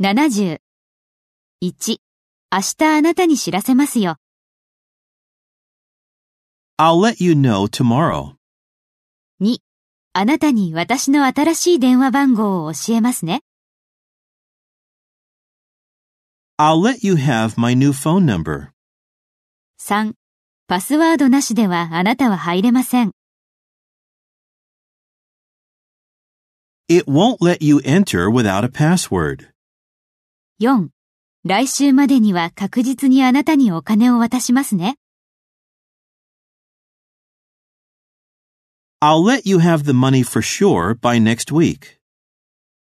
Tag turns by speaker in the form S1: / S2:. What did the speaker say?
S1: 70。1、明日あなたに知らせますよ。
S2: I'll let you know tomorrow.
S1: 2、あなたに私の新しい電話番号を教えますね。
S2: I'll let you have my new phone number.
S1: 3、パスワードなしではあなたは入れません。
S2: It won't let you enter without a password.
S1: 4、来週までには確実にあなたにお金を渡しますね。
S2: I'll let you have the money for sure by next week.